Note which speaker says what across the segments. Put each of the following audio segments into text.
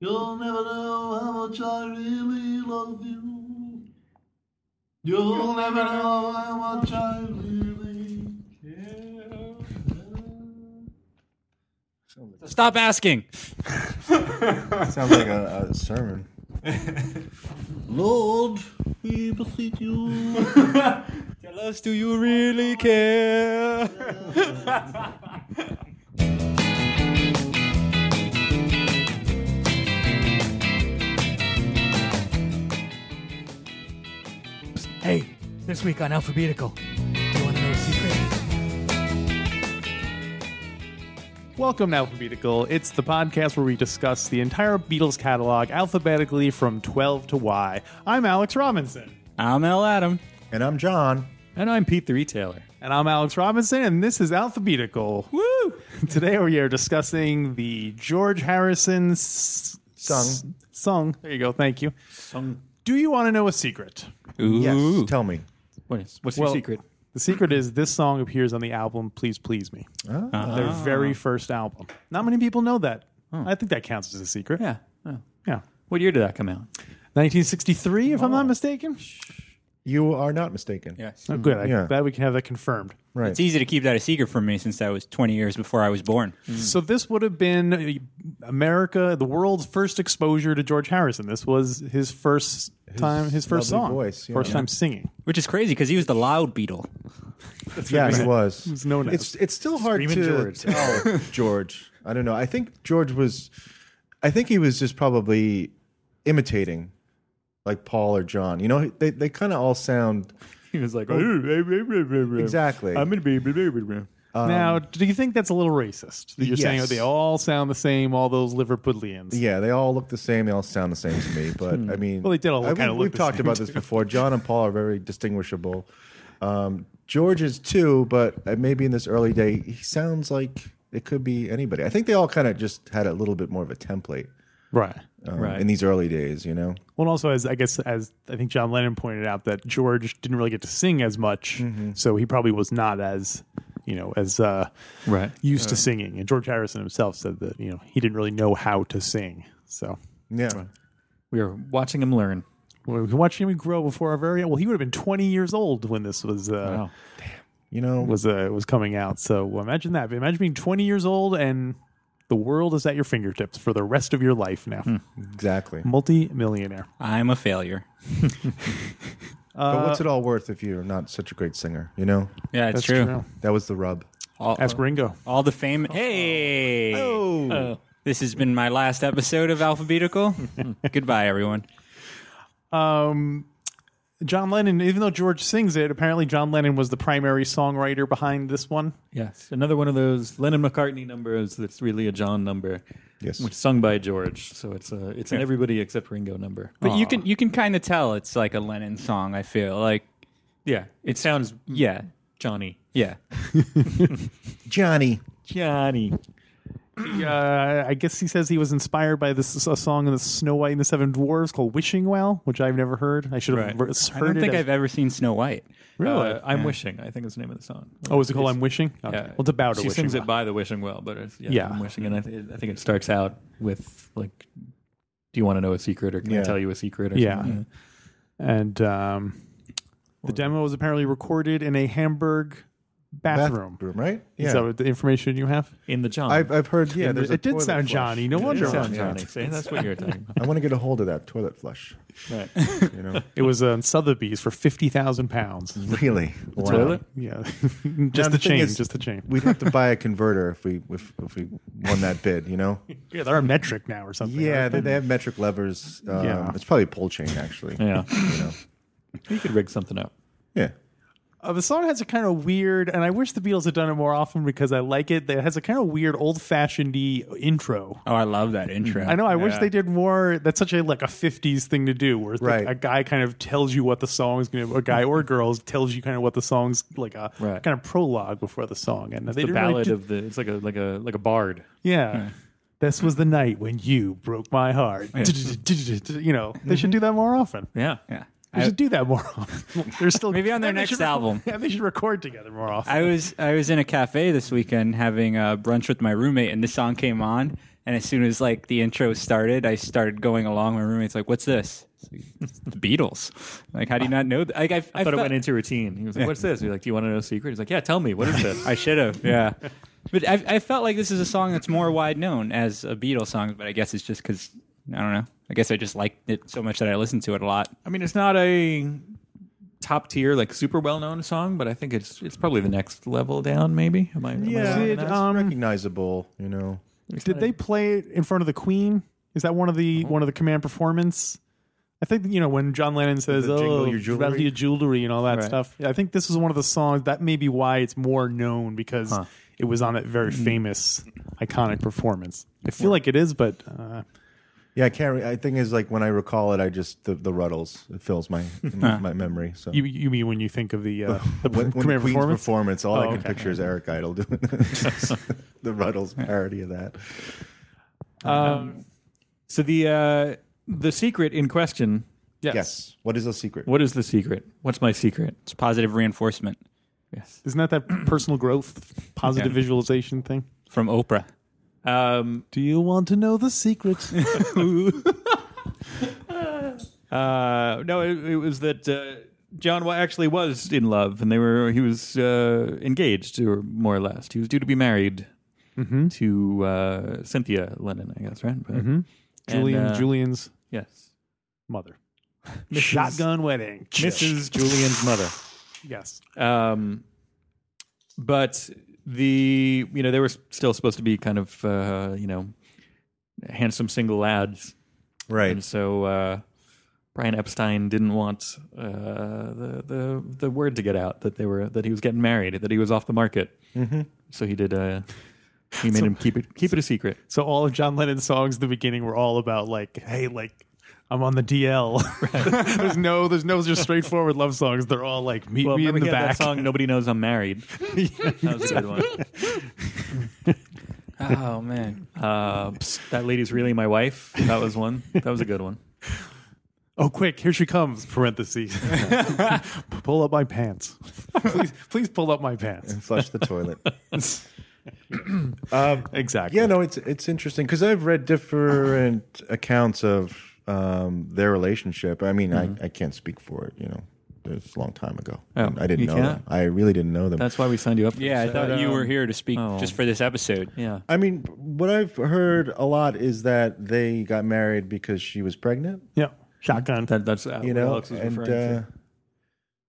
Speaker 1: You'll never know how much I really love you. You'll never know how much I really care.
Speaker 2: Stop asking.
Speaker 3: Sounds like a, a sermon.
Speaker 1: Lord, we beseech you.
Speaker 2: Tell us, do you really care? hey, this week on Alphabetical, do you want to know a secret?
Speaker 4: Welcome to Alphabetical. It's the podcast where we discuss the entire Beatles catalog alphabetically from 12 to Y. I'm Alex Robinson.
Speaker 2: I'm L. Adam.
Speaker 3: And I'm John.
Speaker 2: And I'm Pete the Retailer.
Speaker 4: And I'm Alex Robinson, and this is Alphabetical.
Speaker 2: Woo!
Speaker 4: Today we are discussing the George Harrison s-
Speaker 3: Sung.
Speaker 4: Sung. There you go. Thank you. Do you want to know a secret?
Speaker 2: Ooh.
Speaker 3: Yes. Tell me.
Speaker 2: What is, what's
Speaker 4: Well-
Speaker 2: your secret?
Speaker 4: The secret is this song appears on the album Please Please Me, their very first album. Not many people know that. I think that counts as a secret.
Speaker 2: Yeah. Oh.
Speaker 4: Yeah.
Speaker 2: What year did that come out?
Speaker 4: 1963, if I'm
Speaker 3: Oh.
Speaker 4: not mistaken.
Speaker 3: You are not mistaken.
Speaker 2: Yes.
Speaker 4: Oh, good. I'm
Speaker 3: Yeah.
Speaker 4: glad we can have that confirmed.
Speaker 3: Right.
Speaker 5: It's easy to keep that a secret from me since that was 20 years before I was born.
Speaker 3: Mm.
Speaker 4: So this would have been uh, America, the world's first exposure to George Harrison. This was his first time, his first
Speaker 3: lovely
Speaker 4: song,
Speaker 3: voice, yeah.
Speaker 4: first
Speaker 3: Yeah.
Speaker 4: time singing.
Speaker 5: Which is crazy because he was the loud beetle.
Speaker 3: yeah, it was.
Speaker 4: was known as.
Speaker 3: it's it's still hard
Speaker 4: Screaming
Speaker 3: to
Speaker 4: George.
Speaker 3: tell George. I don't know. I think George was. I think he was just probably imitating, like Paul or John. You know, they they kind of all sound Oh,
Speaker 2: He was like, exactly.
Speaker 3: exactly.
Speaker 2: going to be.
Speaker 4: now, do you think that's a little racist? That You're saying
Speaker 3: Um,
Speaker 4: oh,
Speaker 3: yes.
Speaker 4: they all sound the same, all those Liverpudlians.
Speaker 3: yeah, they all look the same. They all sound the same to me. But I mean,
Speaker 4: Hmm. Well, they did all
Speaker 3: I- we-
Speaker 4: kinda look
Speaker 3: We've
Speaker 4: the
Speaker 3: talked
Speaker 4: same,
Speaker 3: about this before. John and Paul are very distinguishable. Um, George is too, but uh, maybe in this early day, he sounds like it could be anybody. I think they all kind of just had a little bit more of a template.
Speaker 4: Right.
Speaker 3: um,
Speaker 2: Right.
Speaker 3: in these early days, you know?
Speaker 4: Well, also as I guess as I think John Lennon pointed out that George didn't really get to sing as much,
Speaker 3: Mm-hmm.
Speaker 4: so he probably was not as you know as uh,
Speaker 2: Right.
Speaker 4: used to singing. And George Harrison himself said that you know he didn't really know how to sing. So
Speaker 3: Yeah.
Speaker 2: We were watching him learn.
Speaker 4: well, we can watch him grow before our very well. He would have been 20 years old when this was uh,
Speaker 2: Wow.
Speaker 3: You know,
Speaker 4: was uh, was coming out. So imagine that. Imagine being 20 years old and the world is at your fingertips for the rest of your life now.
Speaker 3: exactly.
Speaker 4: Multi-millionaire.
Speaker 5: I'm a failure.
Speaker 4: Uh,
Speaker 3: but what's it all worth if you're not such a great singer, you know?
Speaker 5: Yeah, it's
Speaker 4: That's
Speaker 5: true.
Speaker 4: true.
Speaker 3: That was the rub.
Speaker 5: All,
Speaker 4: Ask Ringo.
Speaker 5: all the
Speaker 2: Oh.
Speaker 5: fame. Hey! This has been my last episode of Alphabetical. Goodbye, everyone.
Speaker 4: John Lennon, even though George sings it, apparently John Lennon was the primary songwriter behind this one.
Speaker 2: Yes. Another one of those Lennon McCartney numbers that's really a John number.
Speaker 3: Yes.
Speaker 2: Which is sung by George. So it's a it's an everybody except Ringo number.
Speaker 5: But you can you can kind of tell it's like a Lennon song. I feel like
Speaker 2: yeah. It sounds
Speaker 5: yeah
Speaker 2: Johnny.
Speaker 5: yeah.
Speaker 3: Johnny.
Speaker 2: Johnny.
Speaker 4: Uh, I guess he says he was inspired by this a song in the Snow White and the Seven Dwarves called "Wishing Well," which I've never heard. I should have re-
Speaker 2: Right.
Speaker 4: heard
Speaker 5: I don't
Speaker 4: it.
Speaker 5: think
Speaker 4: as-
Speaker 5: I've uh, ever seen Snow White.
Speaker 4: really.
Speaker 2: Uh, I'm wishing, I think is the name of the song.
Speaker 4: oh, is it called "I'm Wishing"? Okay.
Speaker 2: Yeah.
Speaker 4: Well, it's about a
Speaker 2: she
Speaker 4: wishing
Speaker 2: sings
Speaker 4: well.
Speaker 2: it by the wishing well, but it's, yeah,
Speaker 4: Yeah.
Speaker 2: I'm wishing, and I, th- I think it starts out with like, "Do you want to know a secret, or can I
Speaker 3: Yeah.
Speaker 2: tell you a secret?" Or
Speaker 4: Yeah.
Speaker 2: something?
Speaker 4: and um, the demo was apparently recorded in a Hamburg bathroom.
Speaker 3: Bathroom, right?
Speaker 4: Is that what the information you have?
Speaker 2: in the John.
Speaker 3: I've, I've heard, yeah. there's a
Speaker 4: it did
Speaker 3: toilet
Speaker 4: sound
Speaker 3: flush.
Speaker 4: Johnny. No
Speaker 2: It
Speaker 4: wonder.
Speaker 2: sounds
Speaker 4: why.
Speaker 2: Johnny. See, that's what you're talking about.
Speaker 3: I want to get a hold of that toilet flush,
Speaker 2: Right.
Speaker 3: you know?
Speaker 4: It was on Sotheby's for fifty thousand pounds.
Speaker 3: really? Wow.
Speaker 2: Toilet?
Speaker 4: Yeah,
Speaker 3: Now,
Speaker 4: just the
Speaker 3: thing
Speaker 4: chain.
Speaker 3: is,
Speaker 4: Just the chain.
Speaker 3: We'd have to buy a converter if we if, if we won that bid, you know?
Speaker 4: Yeah, they're a metric now or something.
Speaker 3: Yeah,
Speaker 4: aren't
Speaker 3: they, they have metric levers. Um,
Speaker 4: Yeah.
Speaker 3: It's probably a pole chain, actually.
Speaker 2: Yeah,
Speaker 3: You know?
Speaker 2: you could rig something up.
Speaker 3: Yeah.
Speaker 4: Uh, the song has a kind of weird, and I wish the Beatles had done it more often because I like it. It has a kind of weird, old-fashioned intro.
Speaker 5: Oh, I love that intro.
Speaker 4: I know. I wish
Speaker 2: Yeah.
Speaker 4: they did more. That's such a like a '50s thing to do, where it's like
Speaker 3: Right.
Speaker 4: a guy kind of tells you what the song's going to, a guy or girls tells you kind of what the song's like a
Speaker 2: Right.
Speaker 4: kind of prologue before the song, and they
Speaker 2: The
Speaker 4: didn't really
Speaker 2: ballad
Speaker 4: do-
Speaker 2: of the it's like a like a like a bard.
Speaker 4: yeah. This was the night when you broke my heart. You know, they should do that more often.
Speaker 2: Yeah,
Speaker 5: Yeah.
Speaker 4: They
Speaker 5: I-
Speaker 4: should do that more often. They're still
Speaker 5: Maybe on their
Speaker 4: and they
Speaker 5: next
Speaker 4: should-
Speaker 5: album.
Speaker 4: Yeah, they should record together more often.
Speaker 5: I was I was in a cafe this weekend having uh, brunch with my roommate, and this song came on, And as soon as like the intro started, I started going along. My roommate's like, "What's this?" It's like, "It's the Beatles. Like, how do you not know? Th-? Like, I,
Speaker 2: I thought it
Speaker 5: felt-
Speaker 2: went into routine. He was like, "What's this?" He's like, "Do you want to know a secret?" He's like, "Yeah, tell me. What is this?"
Speaker 5: I should have, yeah. But I, I felt like this is a song that's more wide known as a Beatles song, but I guess it's just because, I don't know. I guess I just liked it so much that I listened to it a lot.
Speaker 2: I mean, it's not a top tier, like super well known song, but I think it's it's probably the next level down. Maybe. Am I? Am I
Speaker 3: Yeah,
Speaker 2: wrong on
Speaker 4: Did,
Speaker 2: that?
Speaker 4: um,
Speaker 3: recognizable. You know,
Speaker 4: Did they play it in front of the Queen? Is that one of the
Speaker 3: Uh-huh.
Speaker 4: one of the command performance? I think you know when John Lennon says,
Speaker 3: jingle
Speaker 4: "Oh,
Speaker 3: your jewelry?"
Speaker 4: value jewelry and all that stuff." I think this is one of the songs that may be why it's more known because it was on that very
Speaker 3: Mm.
Speaker 4: famous, iconic performance. I feel like it is, but uh,
Speaker 3: yeah, I can't. Re- I think is like when I recall it, I just the, the ruddles it fills my my memory. So
Speaker 4: you you mean when you think of the uh, the
Speaker 3: when, when
Speaker 4: command
Speaker 3: Queen's performance,
Speaker 4: performance?
Speaker 3: all I
Speaker 4: Oh,
Speaker 3: can
Speaker 4: okay.
Speaker 3: picture is Eric Idle doing the ruddles parody of that.
Speaker 2: Um, So the uh, the secret in question.
Speaker 3: Yes. What is the secret?
Speaker 2: What is the secret? What's my secret?
Speaker 5: It's positive reinforcement
Speaker 2: Yes.
Speaker 4: Isn't that that personal growth, positive visualization thing?
Speaker 5: from Oprah.
Speaker 2: Um,
Speaker 4: Do you want to know the secret?
Speaker 2: Uh, no, it, it was that uh, John wa- actually was in love, and they were. He was uh, engaged, or more or less. He was due to be married Mm-hmm. to uh, Cynthia Lennon, I guess, right? But-
Speaker 4: Julian
Speaker 2: And, uh,
Speaker 4: Julian's
Speaker 2: Yes,
Speaker 4: mother. Shotgun wedding.
Speaker 2: Mrs. Julian's mother.
Speaker 4: Yes.
Speaker 2: Um, but the you know they were still supposed to be kind of uh, you know handsome single lads,
Speaker 3: Right.
Speaker 2: and so uh, Brian Epstein didn't want uh, the, the the word to get out that they were that he was getting married, that he was off the market. So he did. Uh, he made him keep it keep it a secret.
Speaker 4: So all of John Lennon's songs at the beginning were all about like, hey, like I'm on the DL. there's no, there's no just straightforward love songs. They're all like, meet me in
Speaker 2: remember
Speaker 4: the
Speaker 2: he had
Speaker 4: back.
Speaker 2: that song "Nobody Knows I'm Married." that was a good one.
Speaker 5: Oh, man.
Speaker 2: Uh, psst, that lady's really my wife. That was one. That was a good one.
Speaker 4: Oh, quick, here she comes. Parentheses. pull up my pants. please, please pull up my pants.
Speaker 3: And flush the toilet. um,
Speaker 4: Exactly.
Speaker 3: yeah, no, it's it's interesting because I've read different accounts of um, their relationship. I mean, I, I can't speak for it. You know, it's a long time ago.
Speaker 2: Mm-hmm. Oh,
Speaker 3: I didn't
Speaker 2: you
Speaker 3: know them.
Speaker 2: can't?
Speaker 3: I really didn't know them.
Speaker 2: That's why we signed you up. for
Speaker 5: Yeah, I
Speaker 2: this.
Speaker 5: thought um, you were here to speak
Speaker 2: oh.
Speaker 5: just for this episode.
Speaker 2: yeah.
Speaker 3: I mean, what I've heard a lot is that they got married because she was pregnant.
Speaker 4: Yeah. Shotgun.
Speaker 2: That, that's uh,
Speaker 3: You
Speaker 2: what
Speaker 3: know,
Speaker 2: Alex was
Speaker 3: and
Speaker 2: referring to.
Speaker 3: uh,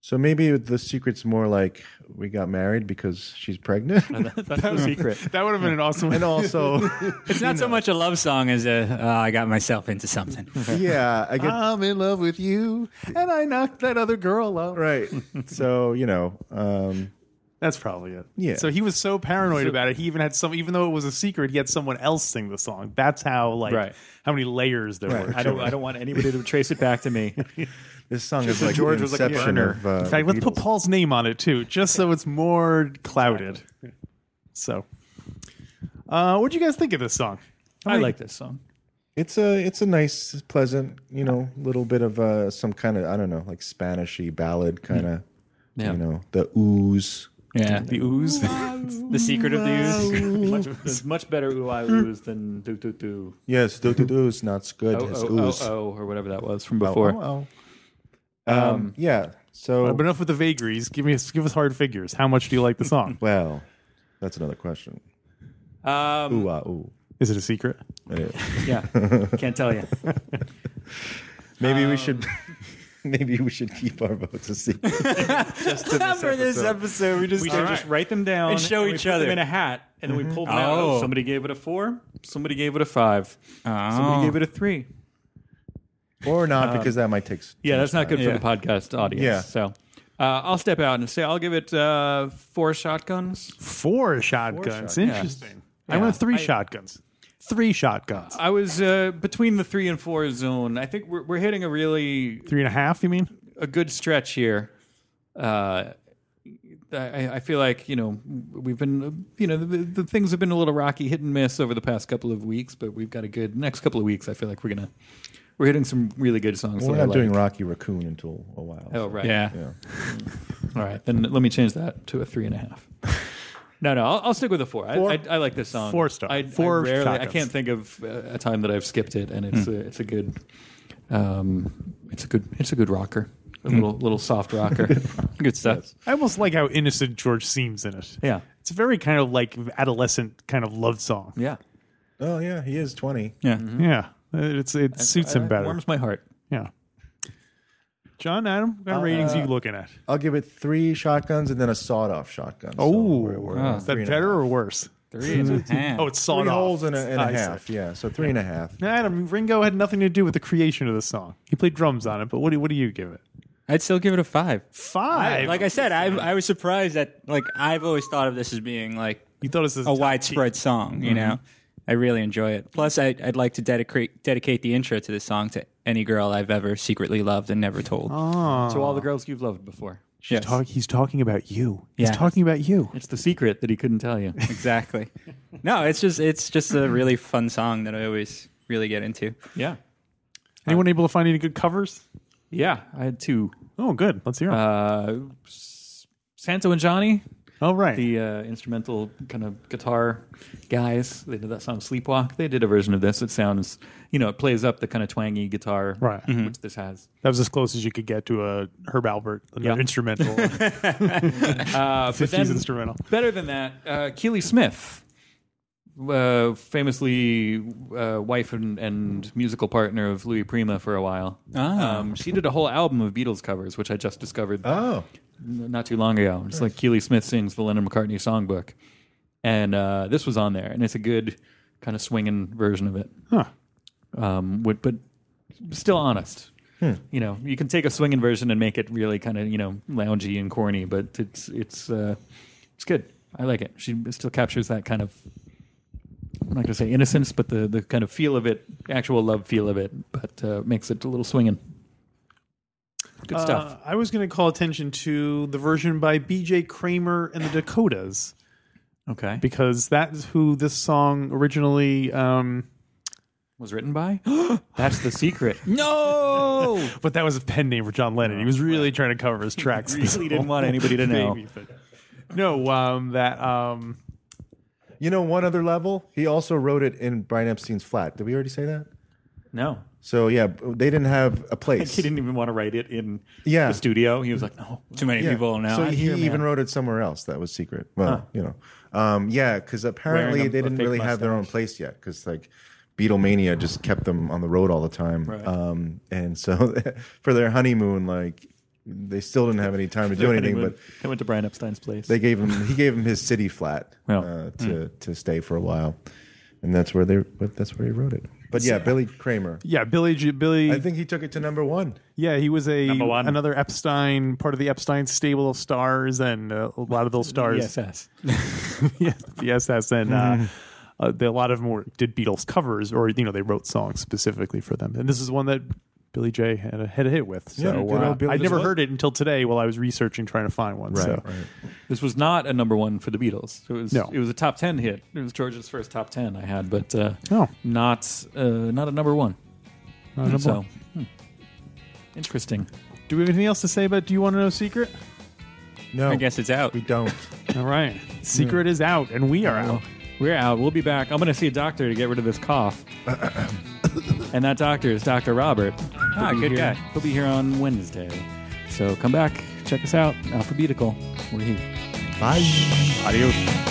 Speaker 3: so maybe the secret's more like we got married because she's pregnant.
Speaker 2: That's the secret.
Speaker 4: That would have been an awesome.
Speaker 3: and also,
Speaker 5: It's not so much a love song as a, oh, I got myself into something.
Speaker 3: yeah, I get
Speaker 4: I'm in love with you, and I knocked that other girl out.
Speaker 3: right. So you know, um,
Speaker 4: That's probably it.
Speaker 3: Yeah.
Speaker 4: So he was so paranoid about it. He even had some, even though it was a secret, he had someone else sing the song. That's how like
Speaker 2: Right.
Speaker 4: how many layers there were.
Speaker 2: I don't. I don't want anybody to trace it back to me.
Speaker 3: this song is like George was like
Speaker 4: burner.
Speaker 3: of, uh,
Speaker 4: In fact, let's
Speaker 3: Beatles.
Speaker 4: put Paul's name on it too, just so it's more clouded. So, uh, what do you guys think of this song?
Speaker 2: I like this song.
Speaker 3: It's a it's a nice, pleasant, you know, little bit of uh, some kind of I don't know, like Spanishy ballad kind of,
Speaker 2: Yeah.
Speaker 3: you know, the ooze.
Speaker 5: Yeah.
Speaker 2: The ooze.
Speaker 5: The secret of the ooze.
Speaker 2: much, it's much better ooh I ooze than do do do
Speaker 3: Yes, do do do is not good.
Speaker 2: oh
Speaker 3: it's
Speaker 2: oh
Speaker 3: ooze.
Speaker 2: oh oh or whatever that was from before.
Speaker 3: Oh, oh. Um, yeah. So,
Speaker 4: But enough with the vagaries. Give me give us hard figures. How much do you like the song?
Speaker 3: well, that's another question.
Speaker 2: Um,
Speaker 3: Ooh, ah, ooh.
Speaker 4: Is it a secret?
Speaker 3: Anyway,
Speaker 2: yeah, can't tell you.
Speaker 3: Maybe
Speaker 5: Um,
Speaker 3: we should. Maybe we should keep our votes a secret.
Speaker 5: For this episode, we just.
Speaker 2: We should just write them down
Speaker 5: And show
Speaker 2: we
Speaker 5: each
Speaker 2: put
Speaker 5: other.
Speaker 2: them in a hat, and then we pull them out.
Speaker 5: Oh.
Speaker 2: Oh, somebody gave it a four. Somebody gave it a five. Somebody
Speaker 5: Oh.
Speaker 2: gave it a three.
Speaker 3: or not, because that might take. s-
Speaker 2: Yeah, that's not good
Speaker 5: Yeah.
Speaker 2: for the podcast audience.
Speaker 3: Yeah.
Speaker 2: So uh, I'll step out and say I'll give it uh, four shotguns.
Speaker 4: Four shotguns.
Speaker 3: shotguns.
Speaker 4: Interesting. I went three shotguns. Three shotguns.
Speaker 2: I was uh, between the three and four zone. I think we're, we're hitting a really
Speaker 4: Three and a half. You mean?
Speaker 2: a good stretch here. Uh, I, I feel like you know we've been you know the, the things have been a little rocky, hit and miss over the past couple of weeks, but we've got a good next couple of weeks. I feel like we're gonna we're hitting some really good songs.
Speaker 3: We're
Speaker 2: that I
Speaker 3: not doing
Speaker 2: like.
Speaker 3: Rocky Raccoon until a while.
Speaker 2: Oh right,
Speaker 5: Yeah.
Speaker 3: Yeah.
Speaker 2: All right, then let me change that to a three and a half. No, no, I'll, I'll stick with a four.
Speaker 4: Four-
Speaker 2: I, I, I like this song.
Speaker 4: four star.
Speaker 2: I,
Speaker 4: Four
Speaker 2: I, rarely, I
Speaker 4: shotguns.
Speaker 2: can't think of uh, a time that I've skipped it, and
Speaker 5: Hmm.
Speaker 2: it's a, it's a good, um, it's a good, it's a good rocker. A little little soft rocker.
Speaker 5: Hmm. Good stuff.
Speaker 4: I almost like how innocent George seems in it.
Speaker 2: Yeah.
Speaker 4: It's very kind of like adolescent kind of love song.
Speaker 2: yeah,
Speaker 3: Oh yeah, he is twenty.
Speaker 5: Yeah.
Speaker 4: Yeah. It's it suits him
Speaker 2: It
Speaker 4: better.
Speaker 2: Warms my heart.
Speaker 4: Yeah. John, Adam, what kind of ratings are you looking at?
Speaker 3: I'll give it three shotguns and then a sawed-off shotgun. So we're- we're
Speaker 4: Oh,
Speaker 3: on
Speaker 4: is that
Speaker 3: three and a
Speaker 4: better
Speaker 3: half.
Speaker 4: or worse?
Speaker 5: Three and a half.
Speaker 4: Oh, it's sawed
Speaker 3: Three
Speaker 4: off.
Speaker 3: holes and a, and
Speaker 4: I
Speaker 3: a
Speaker 4: see.
Speaker 3: half. Yeah, so three and a half.
Speaker 4: Now, Adam, Ringo had nothing to do with the creation of the song. He played drums on it, but what do, what do you give it?
Speaker 5: I'd still give it a five.
Speaker 4: Five.
Speaker 5: Like I said, I, I was surprised that like I've always thought of this as being like
Speaker 4: you thought this was
Speaker 5: a widespread song. You know, I really enjoy it. Plus, I, I'd like to dedicate dedicate the intro to this song to any girl I've ever secretly loved and never told.
Speaker 2: To all the girls you've loved before.
Speaker 5: Yes.
Speaker 4: Talk, he's talking about you. He's
Speaker 5: Yeah.
Speaker 4: talking about you.
Speaker 2: It's the secret that he couldn't tell you.
Speaker 5: exactly. No, it's just it's just a really fun song that I always really get into.
Speaker 2: yeah,
Speaker 4: Anyone able to find any good covers?
Speaker 2: yeah. I had two.
Speaker 4: Oh, good. Let's hear them.
Speaker 2: Uh, S- Santo and Johnny,
Speaker 4: All right.
Speaker 2: the uh, instrumental kind of guitar guys. They did that song Sleepwalk. They did a version of this. It sounds, you know, it plays up the kind of twangy guitar,
Speaker 4: Right.
Speaker 2: Which this has.
Speaker 4: that was as close as you could get to a Herb Albert an
Speaker 2: Yeah.
Speaker 4: instrumental,
Speaker 2: Uh, but
Speaker 4: 50s
Speaker 2: then,
Speaker 4: instrumental.
Speaker 2: better than that, uh, Keely Smith, uh, famously uh, wife and, and musical partner of Louis Prima for a while.
Speaker 5: Ah.
Speaker 2: Um, she did a whole album of Beatles covers, which I just discovered
Speaker 3: Oh,
Speaker 2: n- not too long ago. It's like Keely Smith sings the Lennon McCartney songbook, and uh, this was on there, and it's a good kind of swinging version of it.
Speaker 4: Huh.
Speaker 2: Um, would, but still honest. You know, you can take a swinging version and make it really kind of you know loungy and corny, but it's it's uh, it's good. I like it. She still captures that kind of. I'm not going to say innocence, but the, the kind of feel of it, actual love feel of it, but uh, makes it a little swinging. Good stuff.
Speaker 4: Uh, I was going to call attention to the version by B.J. Kramer and the Dakotas
Speaker 2: Okay.
Speaker 4: because that's who this song originally. Um,
Speaker 2: was written by? That's the secret. Oh!
Speaker 5: No,
Speaker 4: but that was a pen name for John Lennon. He was really trying to cover his tracks. this
Speaker 2: really didn't
Speaker 4: whole
Speaker 2: want anybody to know.
Speaker 4: baby thing. No, um, that um,
Speaker 3: you know one other level. He also wrote it in Brian Epstein's flat. Did we already say that?
Speaker 2: No.
Speaker 3: So yeah, they didn't have a place.
Speaker 2: He didn't even want to write it in
Speaker 3: Yeah.
Speaker 2: the studio. He was like, no.
Speaker 5: too many
Speaker 3: Yeah.
Speaker 5: people now.
Speaker 3: So
Speaker 5: I-
Speaker 3: he even wrote it somewhere else. That was secret. Well, you know, um, yeah, because apparently
Speaker 2: Wearing a-
Speaker 3: they
Speaker 2: a
Speaker 3: didn't
Speaker 2: fake
Speaker 3: really have their own place yet. Because like Beatlemania just kept them on the road all the time. Um, and so for their honeymoon, like they still didn't have any time to do anything. But
Speaker 2: I went to Brian Epstein's place.
Speaker 3: they gave him he gave him his city flat
Speaker 2: Well,
Speaker 3: uh, to to stay for a while, and that's where they but that's where he wrote it. But yeah, Billy Kramer.
Speaker 4: yeah, Billy G- Billy.
Speaker 3: I think he took it to number one.
Speaker 4: yeah, he was a
Speaker 2: Number one.
Speaker 4: another Epstein part of the Epstein stable of stars and uh, a lot of those stars.
Speaker 2: ESS.
Speaker 4: yes, yes, that's and
Speaker 3: Mm-hmm.
Speaker 4: uh, uh, they, a lot of them were, did Beatles covers, or you know, they wrote songs specifically for them. And this is one that Billy J had a, had a hit with. So
Speaker 3: Yeah, good
Speaker 4: uh,
Speaker 3: old Billy
Speaker 4: I'd never
Speaker 3: J.
Speaker 4: heard it until today while I was researching trying to find one. so.
Speaker 2: This was not a number one for the Beatles. It was
Speaker 4: No.
Speaker 2: it was a top ten hit. It was George's first top ten I had, but uh,
Speaker 4: Oh.
Speaker 2: not uh, not a number one.
Speaker 4: number
Speaker 2: so
Speaker 4: one.
Speaker 2: hmm. interesting.
Speaker 4: Do we have anything else to say about Do You Want to Know Secret?
Speaker 3: No,
Speaker 5: I guess it's out.
Speaker 3: we don't.
Speaker 4: All right, Secret is out, and we are out.
Speaker 2: We're out. We'll be back. I'm going to see a doctor to get rid of this cough. and that doctor is Dr. Robert.
Speaker 5: Ah,
Speaker 2: be
Speaker 5: good guy.
Speaker 2: here- He'll be here on Wednesday. So come back, check us out, Alphabetical. We're here.
Speaker 3: Bye.
Speaker 5: Adios.